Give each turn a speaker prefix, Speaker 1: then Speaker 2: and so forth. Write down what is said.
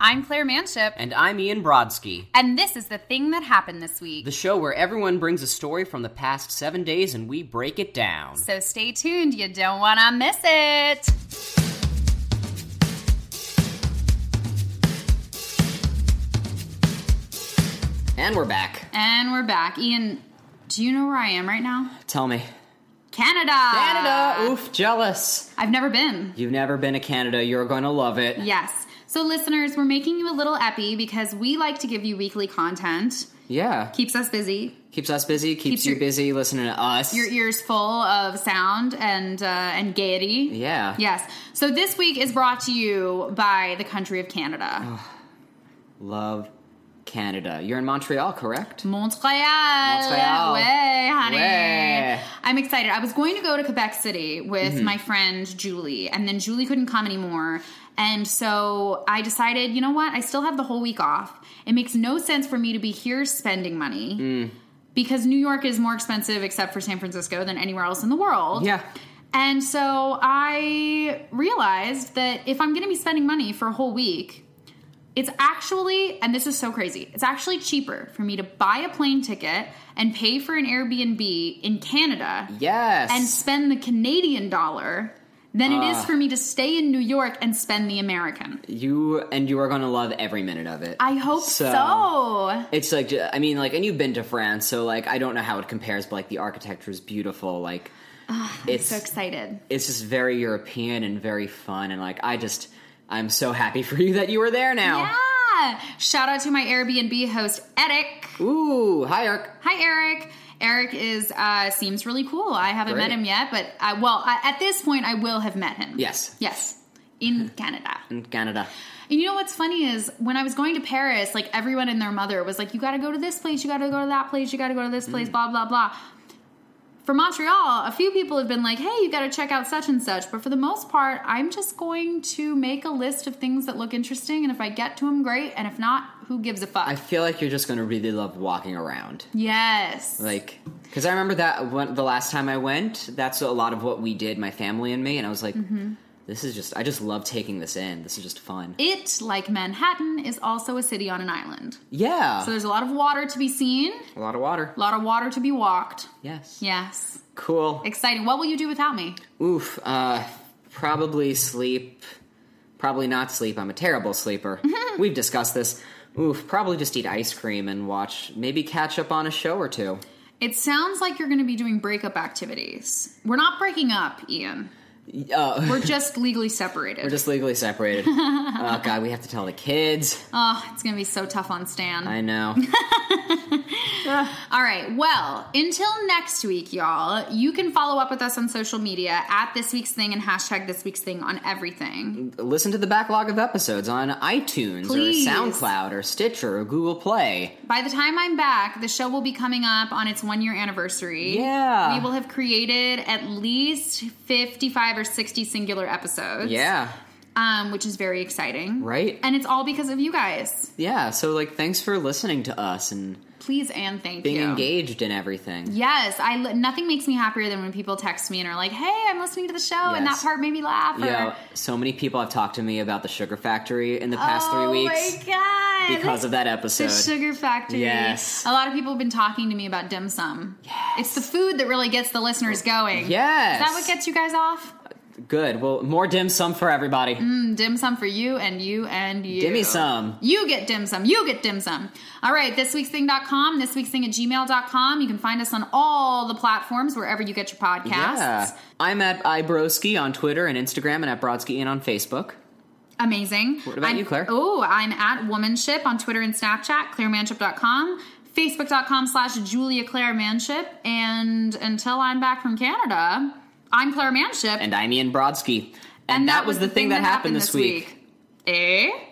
Speaker 1: I'm Claire Manship,
Speaker 2: And I'm Ian Brodsky,
Speaker 1: and this is the thing that happened this week.
Speaker 2: the show where everyone brings a story from the past seven days and we break it down.
Speaker 1: So stay tuned, you don't want to miss it.
Speaker 2: And we're back.
Speaker 1: And we're back. Ian, do you know where I am right now?
Speaker 2: Tell me.
Speaker 1: Canada.
Speaker 2: Canada! Oof, jealous.
Speaker 1: I've never been.
Speaker 2: You've never been to Canada. You're going to love it.
Speaker 1: Yes. So, listeners, we're making you a little epi because we like to give you weekly content.
Speaker 2: Yeah.
Speaker 1: Keeps us busy,
Speaker 2: Keeps us busy, keeps,
Speaker 1: Keeps
Speaker 2: you
Speaker 1: your-
Speaker 2: busy listening to us.
Speaker 1: your ears full of sound and uh, and gaiety.
Speaker 2: yeah.
Speaker 1: Yes. So this week is brought to you by the country of Canada,
Speaker 2: Love Canada. You're in Montreal, correct?
Speaker 1: Montreal.
Speaker 2: Montreal.
Speaker 1: Way, honey.
Speaker 2: Way. Mm-hmm.
Speaker 1: I'm excited. I was going to go to Quebec City with my friend Julie, and then Julie couldn't come anymore. And so I decided, you know what? I still have the whole week off. It makes no sense for me to be here spending money
Speaker 2: Mm.
Speaker 1: because New York is more expensive, except for San Francisco, than anywhere else in the world.
Speaker 2: Yeah.
Speaker 1: And so I realized that if I'm going to be spending money for a whole week, it's actually, and this is so crazy, it's actually cheaper for me to buy a plane ticket and pay for an Airbnb in Canada
Speaker 2: Yes.
Speaker 1: and spend the Canadian dollar than it is
Speaker 2: Ah.
Speaker 1: for me to stay in New York and spend the American.
Speaker 2: you and you are going to love every minute of it.
Speaker 1: I hope so.
Speaker 2: So- It's like ju- I mean, like, and you've been to France, so like, I don't know how it compares, but like, the architecture is beautiful. Like, it's
Speaker 1: Ah, So excited.
Speaker 2: it's just very European and very fun, and like, I just I'm so happy for you that you were there now.
Speaker 1: Yeah. Shout out to my Airbnb host, Eric.
Speaker 2: Ooh, hi, Ark.
Speaker 1: Hi, Eric. Eric is uh, seems really cool. I haven't
Speaker 2: Great.
Speaker 1: met him yet, but I, well, I, at this point, I will have met him.
Speaker 2: Yes,
Speaker 1: Yes, in Canada. And
Speaker 2: in Canada.
Speaker 1: you know what's funny is when I was going to Paris, like everyone and their mother was like, "You got to go to this place. You got to go to that place. You got to go to this
Speaker 2: Mm.
Speaker 1: place." Blah blah blah. For Montreal, a few people have been like, "Hey, you got to check out such and such," but for the most part, I'm just going to make a list of things that look interesting, and if I get to them, great, and if not, who gives a fuck?
Speaker 2: I feel like you're just gonna really love walking around,
Speaker 1: yes.
Speaker 2: like, because I remember that when, the last time I went. That's a lot of what we did, my family and me, and I was like. This is just, I just love taking this in. This is just fun.
Speaker 1: Mm-hmm. It, like Manhattan, is also a city on an island.
Speaker 2: Yeah.
Speaker 1: So there's a lot of water to be seen,
Speaker 2: a lot of water.
Speaker 1: a lot of water to be walked.
Speaker 2: Yes.
Speaker 1: Yes.
Speaker 2: Cool.
Speaker 1: Exciting. What will you do without me?
Speaker 2: Oof, uh, probably sleep. Probably not sleep. I'm a terrible sleeper. We've discussed this. Oof, probably just eat ice cream and watch, maybe catch up on a show or two.
Speaker 1: It sounds like you're going to be doing breakup activities. We're not breaking up, Ian.
Speaker 2: Uh,
Speaker 1: We're just legally separated.
Speaker 2: we're just legally separated. oh, God, we have to tell the kids.
Speaker 1: oh, it's going to be so tough on Stan.
Speaker 2: I know.
Speaker 1: All right. Well, until next week, y'all, you can follow up with us on social media at this week's thing and hashtag this week's thing on everything.
Speaker 2: Listen to the backlog of episodes on iTunes
Speaker 1: Please.
Speaker 2: or SoundCloud or Stitcher or Google Play.
Speaker 1: By the time I'm back, the show will be coming up on its one year anniversary.
Speaker 2: Yeah.
Speaker 1: We will have created at least 55 or 60 singular episodes.
Speaker 2: Yeah,
Speaker 1: Um, which is very exciting.
Speaker 2: right?
Speaker 1: And it's all because of you guys.
Speaker 2: yeah, so like thanks for listening to us and
Speaker 1: Please and thank
Speaker 2: being
Speaker 1: you.
Speaker 2: engaged in everything.
Speaker 1: Yes, I li- nothing makes me happier than when people text me and are like, "Hey, I'm listening to the show and that
Speaker 2: Yes.
Speaker 1: part made me laugh." Or,
Speaker 2: Yeah, so many people have talked to me about the Sugar Factory in the past
Speaker 1: oh
Speaker 2: three weeks
Speaker 1: my god!
Speaker 2: because of that
Speaker 1: the
Speaker 2: episode.
Speaker 1: sugar factory.
Speaker 2: Yes.
Speaker 1: A lot of people have been talking to me about dim sum. Yes. It's the food that really gets the listeners going.
Speaker 2: Yes.
Speaker 1: Is that what gets you guys off?
Speaker 2: Good. Well, more dim sum for everybody.
Speaker 1: Mm, dim sum for you and you and you.
Speaker 2: Give me some.
Speaker 1: You get dim sum. You get dim sum. All right, thisweeksthing.com, thisweeksthing at gmail.com. You can find us on all the platforms wherever you get your podcasts.
Speaker 2: Yeah. I'm at Ibroski on Twitter and Instagram and at Brodsky and on Facebook.
Speaker 1: Amazing.
Speaker 2: What about
Speaker 1: I'm-
Speaker 2: you, Claire?
Speaker 1: Oh, I'm at womanship on Twitter and Snapchat, clairemanship.com, facebook.com slash Julia Claire Manship. And until I'm back from Canada, I'm Claire Manship.
Speaker 2: And I'm Ian Brodsky. And, that, was the thing that happened this week.
Speaker 1: week. Eh?